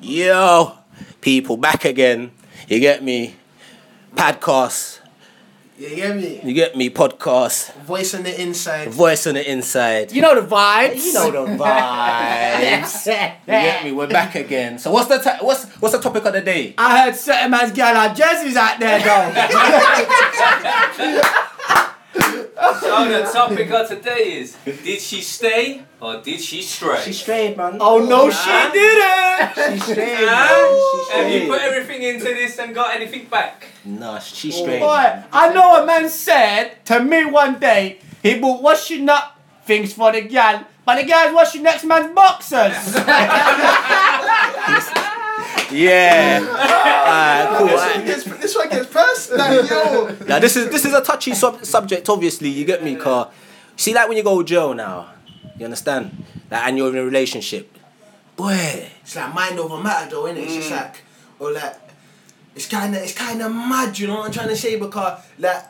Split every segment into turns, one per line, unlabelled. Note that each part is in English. Yo, people, back again. You get me? Podcast.
You hear me?
You get me? Podcast.
Voice on the inside.
Voice on the inside.
You know the vibes.
You know the vibes. You get me? We're back again. So what's the ti what's what's the topic of the day?
I heard certain man's girl had jerseys out there though.
So Oh, the topic of today is: Did she stay or did she stray?
She strayed, man.
oh no, she didn't.
She strayed, man. She
Huh? Have you put Oh,
strayed.
everything into this and got anything back?
Nah, she's
Boy,
straight.
I know a man said to me one day he bought washing up things for the girl, but the girl's washing next man's boxers.
Yeah. Alright, cool. alright.
This, this one gets personal, like, yo.
Now this is this is a touchy sub- subject. Obviously, you get me, car. See, like when you go to jail now, you understand? Like, and you're in a relationship, boy.
It's like mind over matter, though, innit? It's just
Mm.
like, or like, it's kind of, it's kind of mad. You know what I'm trying to say? Because like,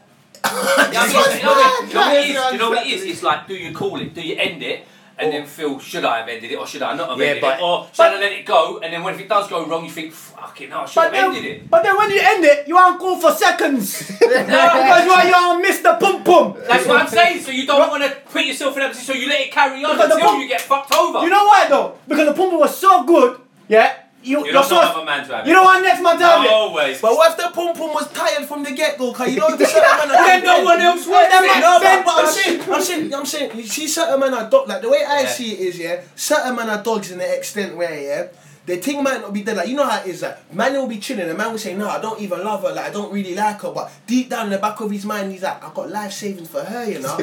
You know what- you know what- you know what it is? You know what it is? It's like, do you call it? Do you end it? And then feel, should I have ended it or should I not have
Yeah,
ended
but-
it? Or should I let it go? And then when if it does go wrong, you think, fucking hell, I should
But
have ended
then,
it.
but then when you end it, you aren't cool for seconds. because you are young Mr. Pum Pum.
That's what I'm saying. So you don't want to put yourself in that position, so you let it carry on
Because the
until
pump-
you get fucked over.
You know why though? Because the Pum Pum was so good, yeah. You,
You're
you're
not
so,
another man to have
you
it.
know why next man to have it?
Always.
But what if the pom pom was tired from the get go? Cause you know the certain man.
Then no one else was. Then man
No, but,
said-
but I'm saying, I'm saying, I'm saying. You see, certain man are dog. Like the way I
Yeah.
see it is, yeah. Certain man are dogs in the extent where, yeah. The thing might not be there. Like you know how it is. Like man will be chilling, and man will say, "No, I don't even love her. Like I don't really like her." But deep down in the back of his mind, he's like, "I got life savings for her," you know.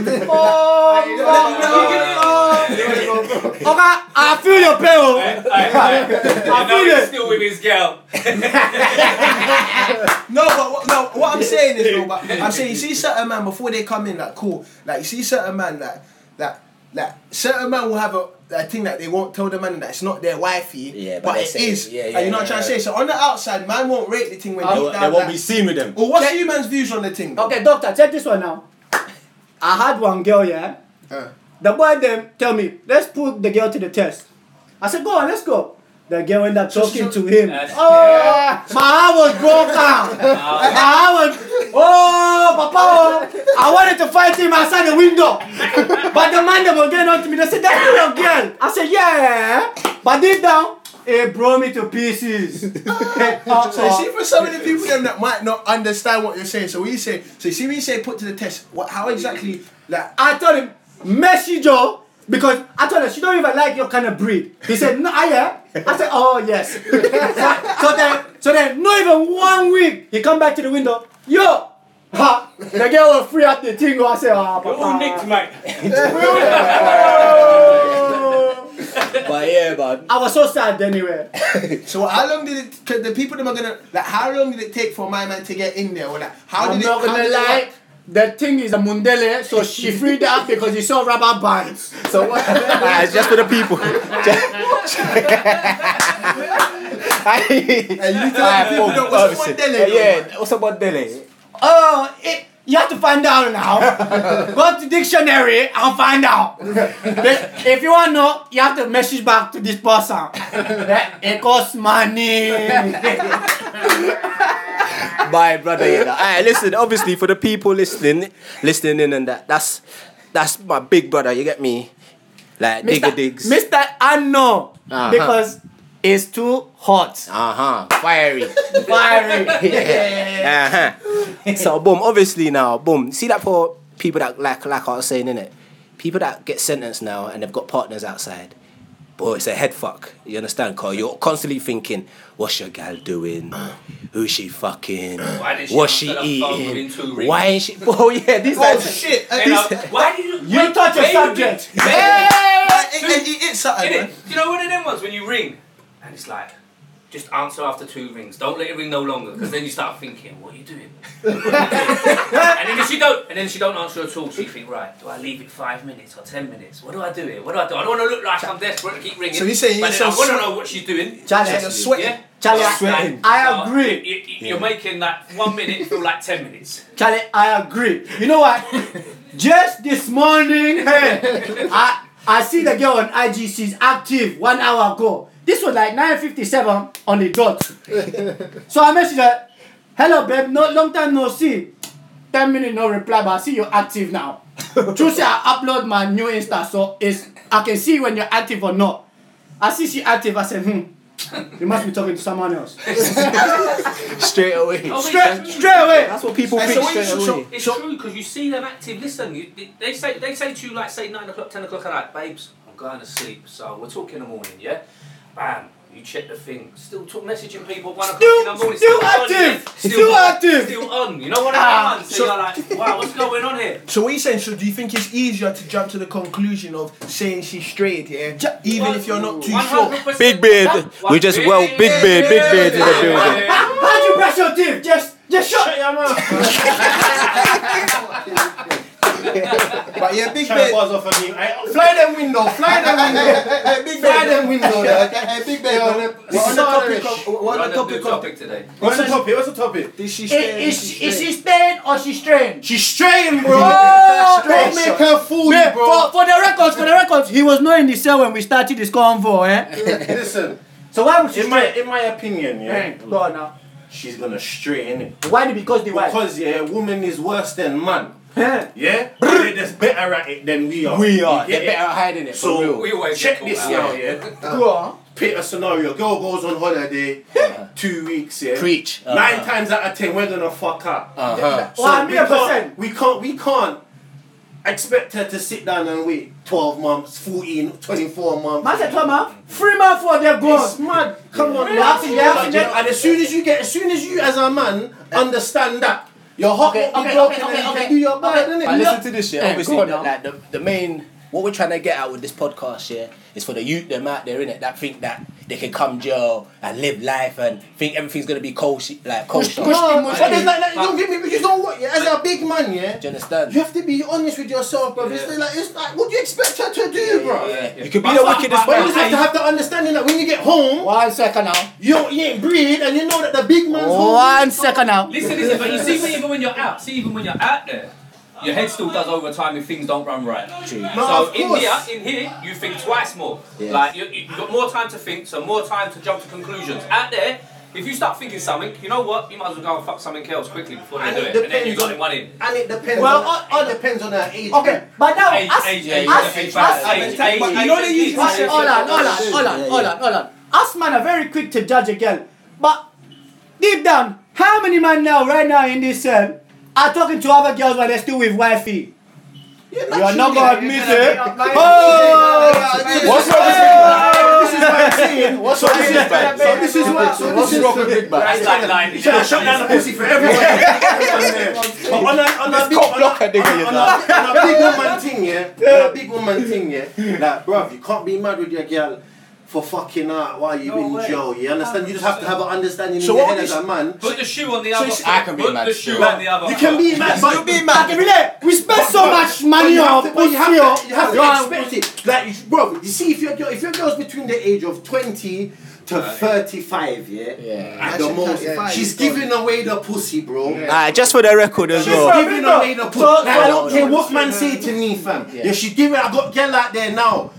Okay, I feel your oh. peril. feel
I know
it.
he's still with his girl.
No, but what, no, what I'm saying is, no, but I'm saying you see certain man before they come in, like cool, like you see certain man, like, like, like certain man will have a, a thing that they won't tell the man that it's not their wifey,
Yeah, but
but,
they
it
say-
is.
yeah,
and
yeah,
you know what
yeah,
I'm trying to
yeah.
say. So on the outside, man won't rate the thing when
They
you
won't- they won't be
Like,
seen with them.
well, what's
Okay.
you man's views on the thing? though?
Okay, doctor, check this one now. I had one girl, yeah.
Uh.
The boy then tell me, let's put the girl to the test. I said, go on, let's go. The girl ended up talking to him.
Yes.
Oh, my heart was broken. my heart was, oh, papa, oh. I wanted to fight him outside the window. but the man that was getting on to me, they said, that's not your girl. I said, yeah. But deep down, it broke me to pieces.
So you see, for some of the people them that might not understand what you're saying, so we say, so you see, we say put to the test. What, how exactly, like,
I told him, message her because I told her she don't even like your kind of breed. He said, no, I yeah. I said, oh yes. so, so then, so then, not even one week, he come back to the window. Yo, ha, the girl was free at the thing. I said, ah,
We're all nicked,
papa.
mate.
But yeah, but
I was so sad anyway.
So how long did it? Cause the people that are gonna like, how long did it take for my man to get in there? Or like, how
I'm
did
not
it? how
gonna
did it
lie.
work?
The thing is a mundele, so she freed up because he saw rubber bands. So what?
Ah, it's just for the people.
And you tell
Ah,
people
full
that was
services.
one delay,
yeah, yeah. what's about Delhi?
Oh, it, you have to find out now. Go to dictionary and find out. if you want to know, you have to message back to this person. It costs money.
Bye, brother. You know. Alright, listen. Obviously, for the people listening, listening in, and that, that's that's my big brother. You get me? Like digger digs.
Mr. Unknown.
Uh-huh.
Because it's too hot.
Uh huh. Fiery.
Fiery.
uh huh. So boom. Obviously now, boom. See that for people that like like I was saying in it. People that get sentenced now and they've got partners outside. Boy, it's a head fuck. You understand, Carl? You're constantly thinking, what's your gal doing? Who's she fucking?
Why did she
What's
answer
she
the phone within two
eating?
rings?
Why is she? Oh yeah, these
Oh
guys.
shit! And,
And, uh,
and,
why did you?
You
wait,
touch a
wait
subject.
minute, wait a minute.
and he hit something.
Innit?
man.
You know one of them ones when you ring, and it's like, just answer after two rings. Don't let it ring no longer, because then you start thinking, what are you doing? and then if she don't, and then she don't answer at all, so you think, right, do I leave it five minutes or ten minutes? What do I do here? What do I do? I don't want to look like I'm desperate to keep ringing.
So you're saying
but
you're
then I
so
want to
sweat-
know what she's doing.
Like, you're
Charlie,
sweating.
Yeah.
Charlie,
Like,
Sweating. I agree.
You, you, You're making that one minute feel like ten minutes.
Charlie, I agree. You know what? Just this morning, hey, I I see the girl on IG. She's active one hour ago. This was like 9.57 on the dot. so I messaged her, hello babe, no long time no see. 10 minutes no reply, but I see you're active now. Tuesday I upload my new Insta, so it's I can see when you're active or not. I see she active, I said, hmm, you must be talking to someone else.
Straight away.
Oh,
straight,
wait,
straight away.
That's what people
Hey,
think
so what you-
straight
so-
away.
It's true because you see them active. Listen, you, they- they say they say to you like say nine o'clock, ten o'clock at night, babes. I'm going to sleep, so we'll talk in the morning. Yeah, bam. You check the thing. Still talk messaging people at one
Still-
o'clock in the morning.
still
on,
active.
yeah.
Still active.
Still on. You know what
Ah,
I mean? So,
so-
you're like, wow, what's going on here?
So what you saying? So do you think it's easier to jump to the conclusion of saying she strayed here,
Ju-
even if you're not too sure?
100%.
Big beard.
One-
We just well, big beard, big beard in the building.
How'd you brush your teeth? Just, just shut
your mouth.
But yeah, big
Trying to
bed.
buzz off of me. I,
Fly them window, fly them window,
Hey, big
fly
bed.
them window. there, Okay, hey, big bed.
Yo,
no.
the-
We're on the topic of
We're
we're on the topic of
topic today.
what's the topic? What's the topic?
did she stay?
Is,
did
is,
she
is
stay?
she staying or she straying?
She's straying, bro.
Oh,
Don't make her fool you,
Babe, for,
bro.
for the records, for the records, he was not in the cell when we started this convo, eh?
Listen,
So why would she
in my
stray?
in my opinion, yeah,
Eh, Go on now.
she's gonna stray, innit?
Why? Because the wife.
Because yeah, woman is worse than man.
Eh.
Yeah, they're just better at it than we are.
We are.
You get
They're
it?
better at hiding it. for
So
real.
We always
check
get
this
caught
now,
out.
yeah.
Go on.
Paint a scenario. Girl goes on holiday, two weeks, yeah.
Preach.
Nine
Uh-huh.
times out of ten, we're gonna fuck up.
Uh-huh.
So
One
we
million
can't,
percent.
we can't we can't expect her to sit down and wait 12 months, 14, 24 months.
Master Thomas, free man for the
It's
gone.
mad. Come on,
Really?
man.
That's it, that's it.
And as soon as you get, as soon as you as a man understand that, your heart
Okay,
will be
okay,
broken
okay,
and you
okay,
can do your part, innit?
But listen to this, yeah.
Hey,
Obviously,
go
the,
on now.
like the, the main what we're trying to get out with this podcast, yeah, is for the youth them out there, innit, that think that they can come jail and live life and think everything's gonna be cold, shi- like cold stuff.
No,
Do
but it's like, like, don't get me, because you know what, yeah, as a big man, yeah,
you understand?
you have to be honest with yourself, bro. It's
Yeah.
like, it's like, what do you expect her to do, bro?
yeah.
You could be
But
the
fuck,
wickedest
But you
man.
just have to have the understanding that when you get home,
One second now.
you, don't, you ain't breathe, and you know that the big man's home.
One second now.
Listen, listen, but you see, when- even when you're out, see, even when you're out there, your head still does overtime if things don't run right.
No,
so
of
in
course.
here, in here, you think twice more.
Yes.
Like you, you- you've got more time to think, so more time to jump to conclusions. Out there, if you start thinking something, you know what? You might as well go and fuck something else quickly before they
And
do
it
it, and then you
depends
got
on-
it one in.
And it depends.
Well,
Well, on,
uh,
on-
it depends on her age.
Okay, but now,
Age,
as,
age,
as,
age, age,
as,
age,
as,
age, age,
but you
age,
know they
age,
usually
age,
say-
age.
hold on, hold on, hold on, hold on, hold on. Us man are very quick to judge a girl, but deep down, how many men now, right now in this cell, are talking to other girls while they're still with wifey?
You're
You're not gonna admit it.
Uh,
Oh!
What's wrong with
This is what I'm saying. What's wrong with Big Bang? So this is what. So
What's
this is
wrong with Big Bang?
That's like lying.
You should have shut down the pussy for everyone. But on a, on a big,
cock
on a,
blocker nigga, you
on, a, on a big woman thing, yeah. On a big woman thing, yeah. Like, bruv, you can't be mad with your girl for fucking out while you in jail. You understand? You just have to have an understanding
So
in your
what
head as
would
a man.
Put the shoe on the other.
it's- I can be
Put
mad
the
still.
shoe on the other.
You can be mad, but
You'll be
I
mad.
can relate. We spend so much money on
but
pussy.
you have to, you have
Yo,
to expect it. Like, you- bro, you see, if your girl, if your girl's between the age of twenty to thirty-five, yeah,
Yeah.
at the
Actually,
most,
35,
she's
sorry.
giving away the pussy, bro.
Alright, just for the record as
She's
Bro.
well.
giving away the pussy.
So-
Like, I don't
so-
care what man say to me, fam. Yeah, she's giving. I got girl out there now.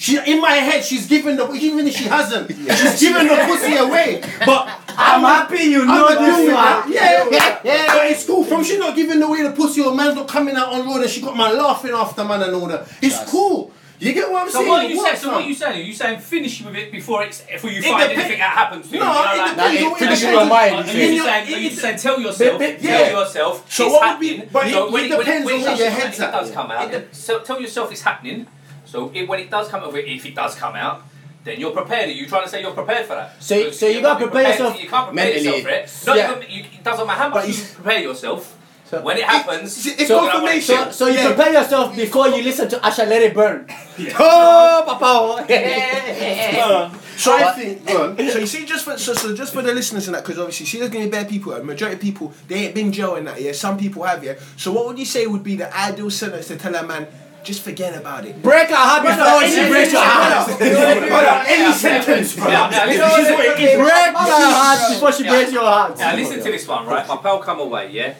She in my head, she's giving the even if she hasn't, she's giving the pussy away. But
I'm happy you
I'm
know
not dealing
this
with
man.
that. Yeah, yeah. But it's cool. From she not giving away the pussy or man's not coming out on road and she got man laughing after man and all that. It's cool. You get what I'm
So
saying?
what are you saying?
Works,
So what
man.
are you saying? Are you saying finish with it before it's before you
It
find
depends-
anything that happens to you?
No,
you know,
it
like-
depends
Nah,
on
it
what
finishes
you're
your mind, you
Are you
see.
In your-
saying, are you saying tell yourself,
But- but- yeah.
tell yourself
So
it's
what would be-
happening.
but
so
it-
when
it
when
depends
when
on
it
where
does
your
come out,
head's
it
at.
does come out.
It
so tell yourself it's happening. So it, when it does come over, if it does come out, then you're prepared. Are you trying to say you're prepared for that?
So-
Because
so you
you're
gotta
not
prepare
prepared,
yourself
You can't prepare yourself for
mentally.
it. Not
Yeah.
even, you, it doesn't matter how much you prepare yourself. when it happens,
it's
you're gonna
confirmation.
wanna-
So, so you
Yeah.
prepare yourself before you listen to Asha Let It Burn.
Oh, papa.
So I think, go on.
So you see, just for so, so just for the listeners and that, because obviously, see, there's gonna be bare people. A majority of people they ain't been jail in that. Yeah, some people have. Yeah. So what would you say would be the ideal sentence to tell a man? Just forget about it.
Break her heart before
any-
she breaks your
any-
heart.
Brother, any
Yeah,
sentence,
yeah.
brother.
Yeah, yeah, you know
This is
what-
what it is.
Break her heart before she breaks your heart.
Now listen to this one, right? My pal come away, yeah.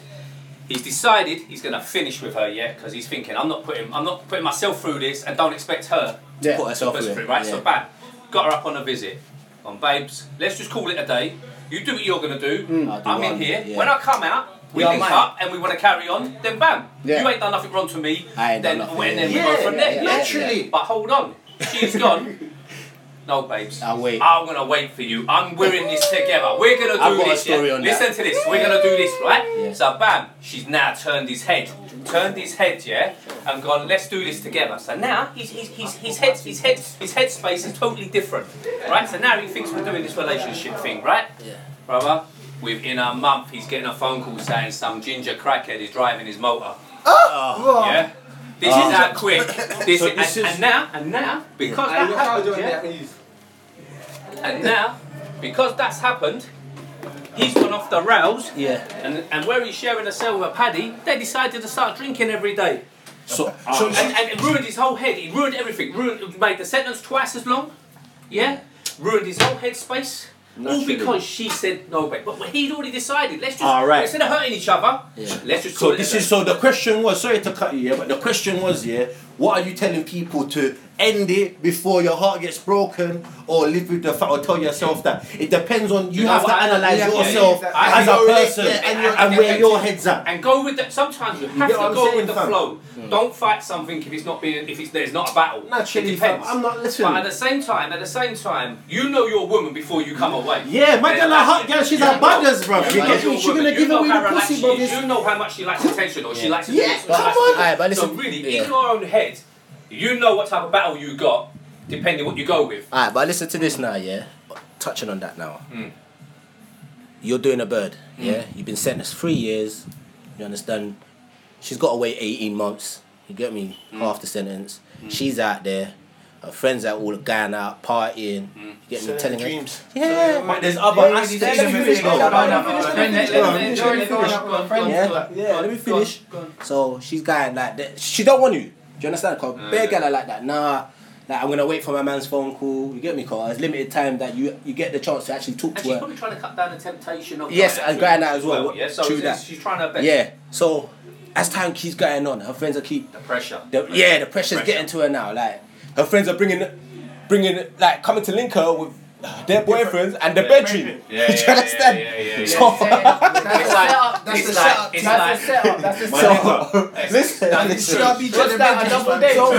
He's decided he's gonna finish with her, yeah, because he's thinking I'm not putting I'm not putting myself through this and don't expect her
Put us off
to put
with
us through,
it.
right? So
Yeah.
bam. got her up on a visit. On babes, let's just call it a day. You do what you're gonna do.
Mm. I'll do
I'm in
what
here.
I'm- yeah.
When I come out, we
Yeah,
link
mate.
up and we want to carry on. Then bam,
Yeah.
you ain't done nothing wrong to me.
I ain't
then
done nothing,
when then we
yeah, yeah,
go from
yeah,
there.
yeah,
Literally.
But hold on, she's gone. No, babes.
I'll wait.
I'm gonna wait for you. I'm we're in this together. We're gonna do
I've got a
this. yeah?
story on that.
Listen to this. We're gonna do this, right?
Yeah.
So bam, she's now turned his head, turned his head, yeah, and gone. Let's do this together. So now his his his his head his head his head space is totally different, right? So now he thinks we're doing this relationship thing, right? Yeah. Brother, within a month, he's getting a phone call saying some ginger crackhead is driving his motor. Oh. Yeah. This is that quick. This, is,
Um, this
and,
is-
and now, and now, because that happened, yeah? And now, because that's happened, he's gone off the rails,
Yeah.
and, and where he's sharing a cell with Paddy, they decided to start drinking every day.
So,
And, and it ruined his whole head, he ruined everything. Ruined, made the sentence twice as long, yeah? Ruined his whole head space. All
Naturally.
because she said no, babe. But but he'd already decided. Let's just
All right.
instead of hurting each other, let's just.
So
call it
this
a
is so the question was sorry to cut you, yeah, but the question was, yeah, what are you telling people to end it before your heart gets broken or live with the fact or tell yourself that it depends on you,
You know
have to
what?
analyze
Yeah, yeah,
yourself
yeah, yeah.
as
And
a
your-
person
yeah,
and,
and your-
where your head's at.
and go with that. Sometimes you have
get what
to
I'm
go
saying,
with the
fam?
flow.
Hmm.
Don't fight something if it's not being if it's there's not a battle.
Naturally,
it
fam.
depends.
I'm not listening.
but at the same time, at the same time, you know your woman before you come away.
Yeah, my
that's
girl, like, hot
it.
girl, she's
You
a
know-
badass, bro.
you
You
know
get
your
me? She
woman.
gonna
You
give
know
away
how
the
relaxed
pussy,
she
bro.
is.
this-
You know how much she likes attention or she likes to do
Yeah,
this or she
but-
likes to do
Alright,
that.
but
so
listen-
really,
yeah.
in your own head, you know what type of battle you got, depending what you go with.
Alright, but listen to this now, yeah? Touching on that now.
Hmm.
You're doing a bird, yeah? You've been sentenced three years, you understand? She's got to wait 18 months, you get me?
Hmm.
Half the sentence. She's out there, her friends out all going out, partying, you get me? Telling her. Yeah,
Hmm. But there's other aspects
let
of
me
it,
finish,
though.
let me
Yeah.
yeah, let me finish. So she's going like that. She don't want you. Do you understand? Cause
Oh,
bare girl are like that. Nah, like I'm gonna wait for my man's phone call. You get me? Cause it's limited time that you you get the chance to actually talk
And
to
she's
her.
probably trying to cut down the temptation of
Yes,
going
and going out as well.
Yeah, so
True
she's,
that.
she's trying her best.
Yeah. So as time keeps going on, her friends are keep.
The pressure.
The, yeah, the pressure's getting to her now. Like her friends are bringing, bringing like coming to link her with their boyfriends and the bedroom.
Yeah,
Do you understand?
Yeah, yeah, yeah, yeah.
So-
It's like,
That's
it's
the
like,
setup.
it's
That's the
like,
setup. That's the
My
setup.
nigga.
listen,
Should I be
What's that? A double date?
So-
A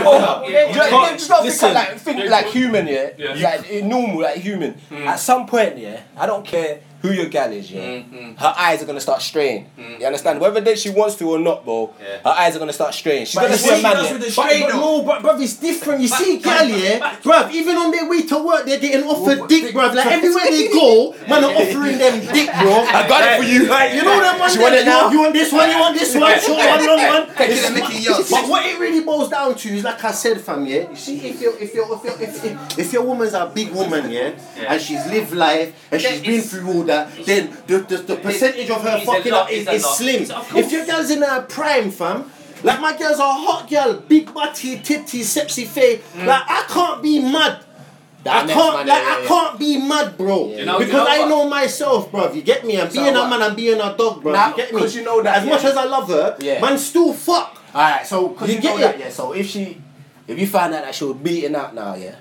Yeah,
double date?
You know, you just gotta think
Listen.
of, like think like human, yeah.
Yeah. Mm.
Like eh, normal, like human. At some point, yeah, I don't care who your gal is, yeah.
Mm,
Her eyes are gonna start straying. You understand? Whether that she wants to or not, bro.
Yeah.
Her eyes are gonna start straying. She's
But
gonna
it's
see a
what she
man.
does
yeah.
with the
But-
straight-
but
though.
No, but bruv, it's different. You see,
but-
gal, yeah, bruv. Even on their way to work, they're getting offered dick, bruv. Like everywhere they go, man are offering them dick, bro.
I got it for you.
You know that one.
She want
that
it
you
now.
You want this one? You want this one? Short one, long one. It's-
Taking a Mickey, yo.
But what it really boils down to is, like I said, fam, yeah. You see, if your if your if your if, if, if your woman's a big woman, yeah,
Yeah.
and she's lived life
Then
and she's been
it's-
through all that, then the the, the percentage of her
it's a
fucking
lot,
up is,
it's a
is
lot.
slim.
It's- of course.
If your girl's in her prime, fam. Like my girls are hot girl, big body, titty, sexy face. Like I can't be mad. I
That next
can't,
man,
like,
yeah, yeah,
I
yeah.
can't be mad, bro.
You know- you know
because I
what?
know myself, bro. You get me? I'm being a
what?
man, I'm being a dog, bro.
Nah,
you get me?
'cause you know that,
As much
yeah.
as I love her,
Yeah.
man, still fuck.
Alright, so 'cause
You
you,
get
know that,
it?
yeah. So if she, if you find out that she was beating out now, yeah,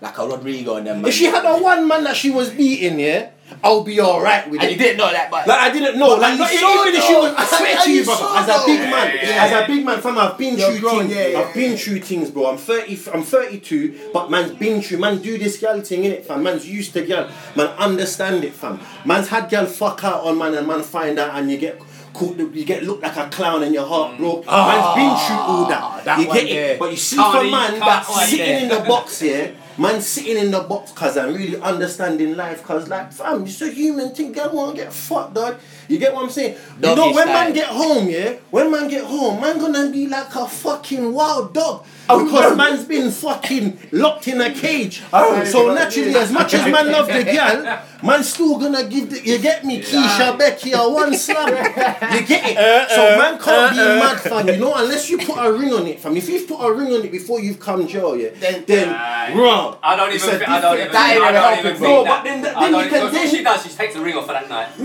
like a Rodrigo and them. man.
If she had a one man that she was beating, yeah, I'll be alright with
and you
it.
didn't know that, but
Like I didn't know, like not,
you
even
saw
if
though.
she was. I swear
Are
to you,
you
bro.
sure
As a
though?
big man,
Yeah, yeah,
as a big man, fam, I've been
You're
through
grown,
things.
yeah, yeah,
I've been through things, bro. I'm thirty. f- I'm thirty-two, but man's been through. Man, do this girl thing in it, fam. Man's used to girl. Man, understand it, fam. Man's had girl fuck out on man, and man find out, and you get. Caught, you get looked like a clown and your heart broke. Man's been through all that.
that
you
one
get
there.
it, but you see
Can't
for
eat,
man
can't
that's
fight
sitting
there.
in the box here. Man sitting in the box cause I'm really understanding life cause like fam, it's a human thing, girl won't get fucked dog. You get what I'm saying? you
Doggy
know when
style.
man get home, yeah? When man get home, man gonna be like a fucking wild dog.
Oh,
Because man's been fucking locked in a cage.
Oh,
so naturally, as much as man love the girl, man's still gonna give the you get me, Keisha Becky or one slam. You get it?
Uh,
so man can't be mad fam, you know, unless you put a ring on it, fam. If you've put a ring on it before you've come jail, yeah, then then
Aye.
bruh,
I don't
it's
even.
a
Think, I don't even.
different-
that ain't
I
gonna
don't
help
even
him,
think
bro.
that.
But then- then
I don't
you can
even-
then-
She does. She takes the ring off for that night.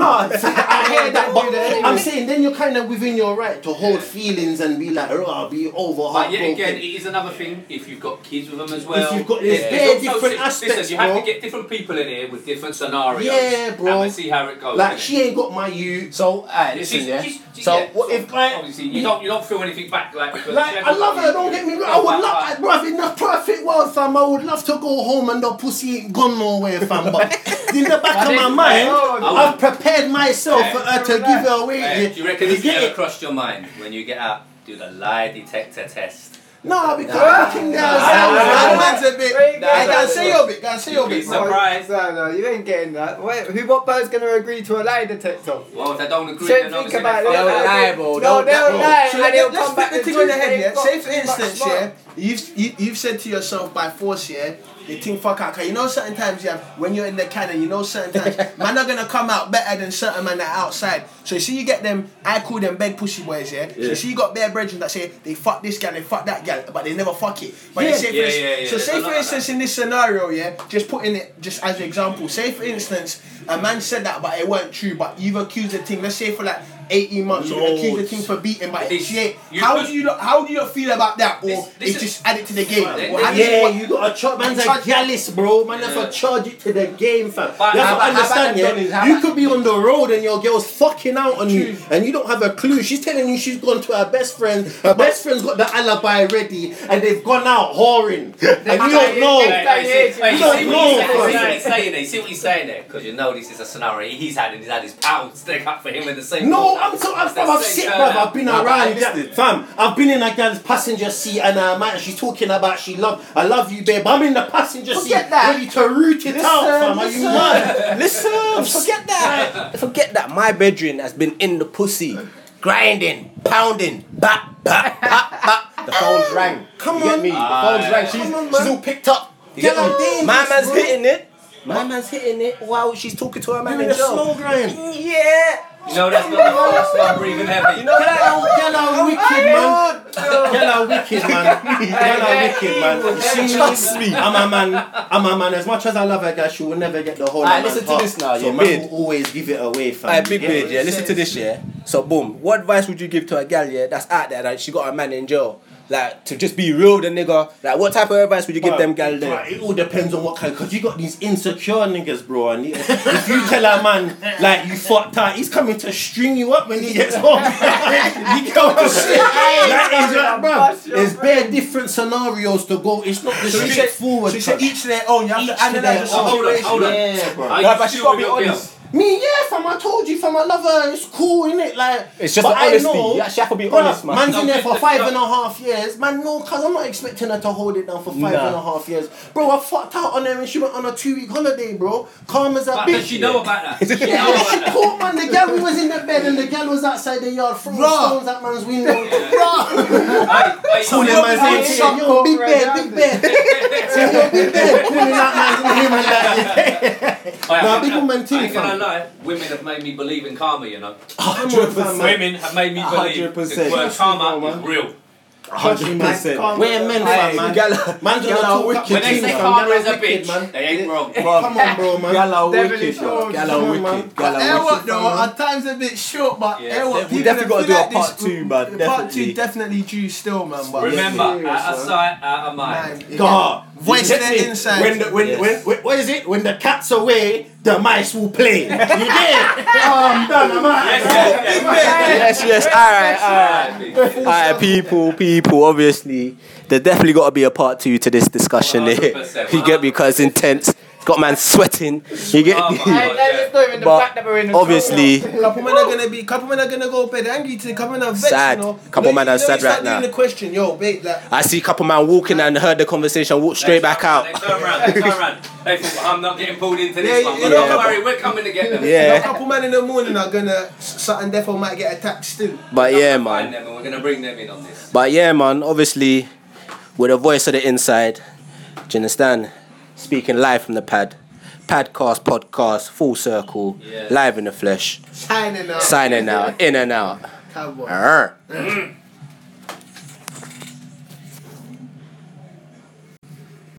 No, I hear that, but I'm saying then you're kind of within your right to hold feelings and be like, oh, I'll be over
But
heartbroken.
yet again, it is a another thing. If you've got kids with them as well,
you've got-
there's-
there's
there's
bare
all
different
sorts of-
aspects,
Listen, you have
bro.
to get different people in here with different scenarios.
Yeah, bro.
And we see how it goes.
Like
innit?
she ain't got my you.
So, alright,
She's-
listen, yeah.
she's- she-
So,
yeah,
what if I?
obviously you don't you don't feel anything back like because
Like
she
I
hasn't
love
got
her.
you.
Don't get me wrong. I would
But-
love,
but-
bruv. In the perfect world, fam, I would love to go home and the pussy ain't gone nowhere, fam. But in the back of my mind, I've prepared myself for her to give her away.
Hey, do you reckon this
get
ever
it?
crossed your mind when you get out? Do the lie detector test.
No, because I think that was
man's a bit.
Where you
Hey,
get
go and
that?
see your bit. Go and see your
You'd be
bit.
No,
surprised.
No, no, you ain't getting that. Wait, who? What bird's going to agree to a lie detector?
Well, if they don't agree,
Don't
then
think
obviously
about it.
they
They'll
fuck up.
lie,
bro.
No,
Don't-
they'll lie, and
So let,
they'll
us
come
flip
back
the
and
thing on the
choose
head,
they've
yeah.
got
Say for
too much
instance,
smart.
yeah, you've you, you've said to yourself by force, yeah, the thing fuck out. Cause you know certain times, yeah, when you're in the cannon, you know certain times, man are gonna come out better than certain man that are outside. So you see, you get them. I call them beg pussy boys, yeah. So you see, you got bare brethren that say they fuck this gal, they fuck that gal, but they never fuck it. But they say, for
Yeah,
ins-
yeah, yeah,
so
there's a
say
lot
for
of
instance, in this scenario, yeah, just putting it just as an example. Say for instance, a man said that, but it weren't true. But you've accused the thing. Let's say for like. 18 months, you've accused the thing for beating, but
This-
she ain't.
you
How
could-
do you not, how do you not feel about that, or
This- this
it's
is-
just added to the game?
Well,
Or
this-
how
a
do you-
Yeah,
what-
you got a chop. Man's a jealous, bro. Man, that's a charge it to the game, fam.
But-
you
how
have to
about- how about
understand,
them Johnnies?
yeah.
How
You
about-
could be on the road and your girl's fucking out on you, and you don't have a clue. She's telling you she's gone to her best friend. Her best friend's got the alibi ready, and they've gone out whoring, and you don't know.
Wait, wait, see- wait, you
don't
see
know,
what he's saying- see
bro.
what he's saying there? See what he's saying there? Because you know this is a scenario he's had and he's had his pounds stick up for him in the same
No,
corner.
I'm so I'm,
It's the
fam, I'm
same
sick,
turnout.
bruv. I've been
Nah, but I
around,
listened.
yeah, fam. I've been in a girl's passenger seat, and uh, man, she's talking about she love, I love you, babe. I'm in the passenger
Forget
seat,
that.
ready to root it out, fam. Are you mad?
Listen, forget that. Forget that. My bedroom has been in the pussy, grinding, pounding, bap, bap, bap, bap. The phone's rang.
Come
you
on.
get me. The phone's rang. She's, she's all picked up. You
Get
get me?
on dangerous,
My man's
bro.
hitting it. My man's hitting it while she's talking to her man
You're in
in
a
jail.
slow grind.
Yeah.
You know that's not, that's not breathing heavy.
You know that?
Y'all are wicked, man. Y'all are wicked, man. Y'all are wicked, man. She loves me. I'm a man. I'm a man. As much as I love her, guy, she will never get the whole.
Alright,
of man's
listen to
heart.
this now,
So
you
man
bid.
will always give it away, fam.
Alright, big
You get
beard,
what
yeah.
I'm
Listen to
saying?
this, yeah. So boom, what advice would you give to a gal, yeah, that's out there that she got a man in jail? Like to just be real with the nigga. Like what type of advice would you give them gal
Right,
there?
It all depends on what kind. Cause you got these insecure niggas, bro. And you- if you tell a man like you fucked out, he's coming to string you up when he gets home. you go to shit. Like, it's like, bro, there's bare different scenarios to go. It's not just
So you said,
straight forward.
so you said each their own. You have
Each
to
to
analyze
their
the
own.
Hold on,
situation.
hold on.
Yeah, bro.
Are
Nah,
you
but she's
still
gotta be
with your girl?
honest.
Me, yeah, fam. I told you, fam. I love her. It's cool, innit? Like,
It's just
but
the
I
honesty.
know-
Yeah, she have to be
Bruh,
honest, man.
Man's
No,
in there for
but-
five
no.
and a half years, man. No, cause I'm not expecting her to hold it down for five and a half
Nah.
years, bro. I fucked out on her and she went on a two week holiday, bro. Calm as a
But
bitch.
does she know about that? She
Yeah,
know
she
about that.
caught man. The girl we was in the bed and the girl was outside the yard throwing
Bruh.
stones at man's window.
Hey, hey,
Calling
you
man's name,
saying,
saying, yo,
"Yo,
big bed,
right
big bed. Saying, yo, big bed. Calling out man's name and that. yeah.
Alright,
Nah,
I'm
big
gonna-
woman team,
I ain't gonna
fam.
lie, women have made me believe in karma, you know.
Come on, fam,
Women have made me believe the
100%.
word karma is real.
Hundred percent. We're men,
Hey,
fam, man.
gal-
Man's
gal are
gonna talk up
wicked,
the
When they
team,
say
fam.
karma
Gal
is
are
a
wicked,
bitch,
man.
they ain't wrong.
Come on, bro, man.
Gal are
Devilish
wicked, yo.
dogs,
Gal
come
are
on, man.
wicked.
But
Gal
air
are
what
wicked.
though,
fam.
at times a bit short, but
Yeah.
air what
We
people
definitely gotta do
that feel
a part
this-
two, man,
Part two
definitely.
definitely due still, man. But
Remember, out of
uh,
sight, out of mind.
Man,
God,
Voice
you get
their
me?
insides.
When the, when,
Yes.
when, when what is it? When the cat's away, the mice will play. You get it? Oh, I'm done. I'm out.
Yes, yes, yes.
Yes, yes, alright, alright.
Alright,
Alright, people, people, obviously, there definitely got to be a part two to this discussion here.
100%,
You get me? Because intense. Got man sweating. You get
Oh,
me?
my
Hey, that is not even the
But
fact that we're in the
Obviously,
couple men are gonna be, couple men are gonna go bed angry today. Couple men are vexed,
Sad.
You know?
Couple
You know,
men are
you know,
sad
you start
right now.
doing The question, yo, babe, like,
I see a couple man walking and heard the conversation, walked straight back
They
out.
turn around, they turn around. They thought, I'm not getting pulled into
Yeah,
this one.
you
But
know,
don't
but-
worry, we're coming to get them.
a
Yeah,
couple men in the morning are gonna something therefore might get attacked still.
but yeah, man.
Find them and we're gonna bring them in on this.
But yeah, man, obviously, with a voice of the inside, do you understand? Speaking live from the pad. Padcast, podcast, full circle,
Yeah.
live in the flesh.
Signing out.
Signing out, in and out.
Cowboy.
Arr.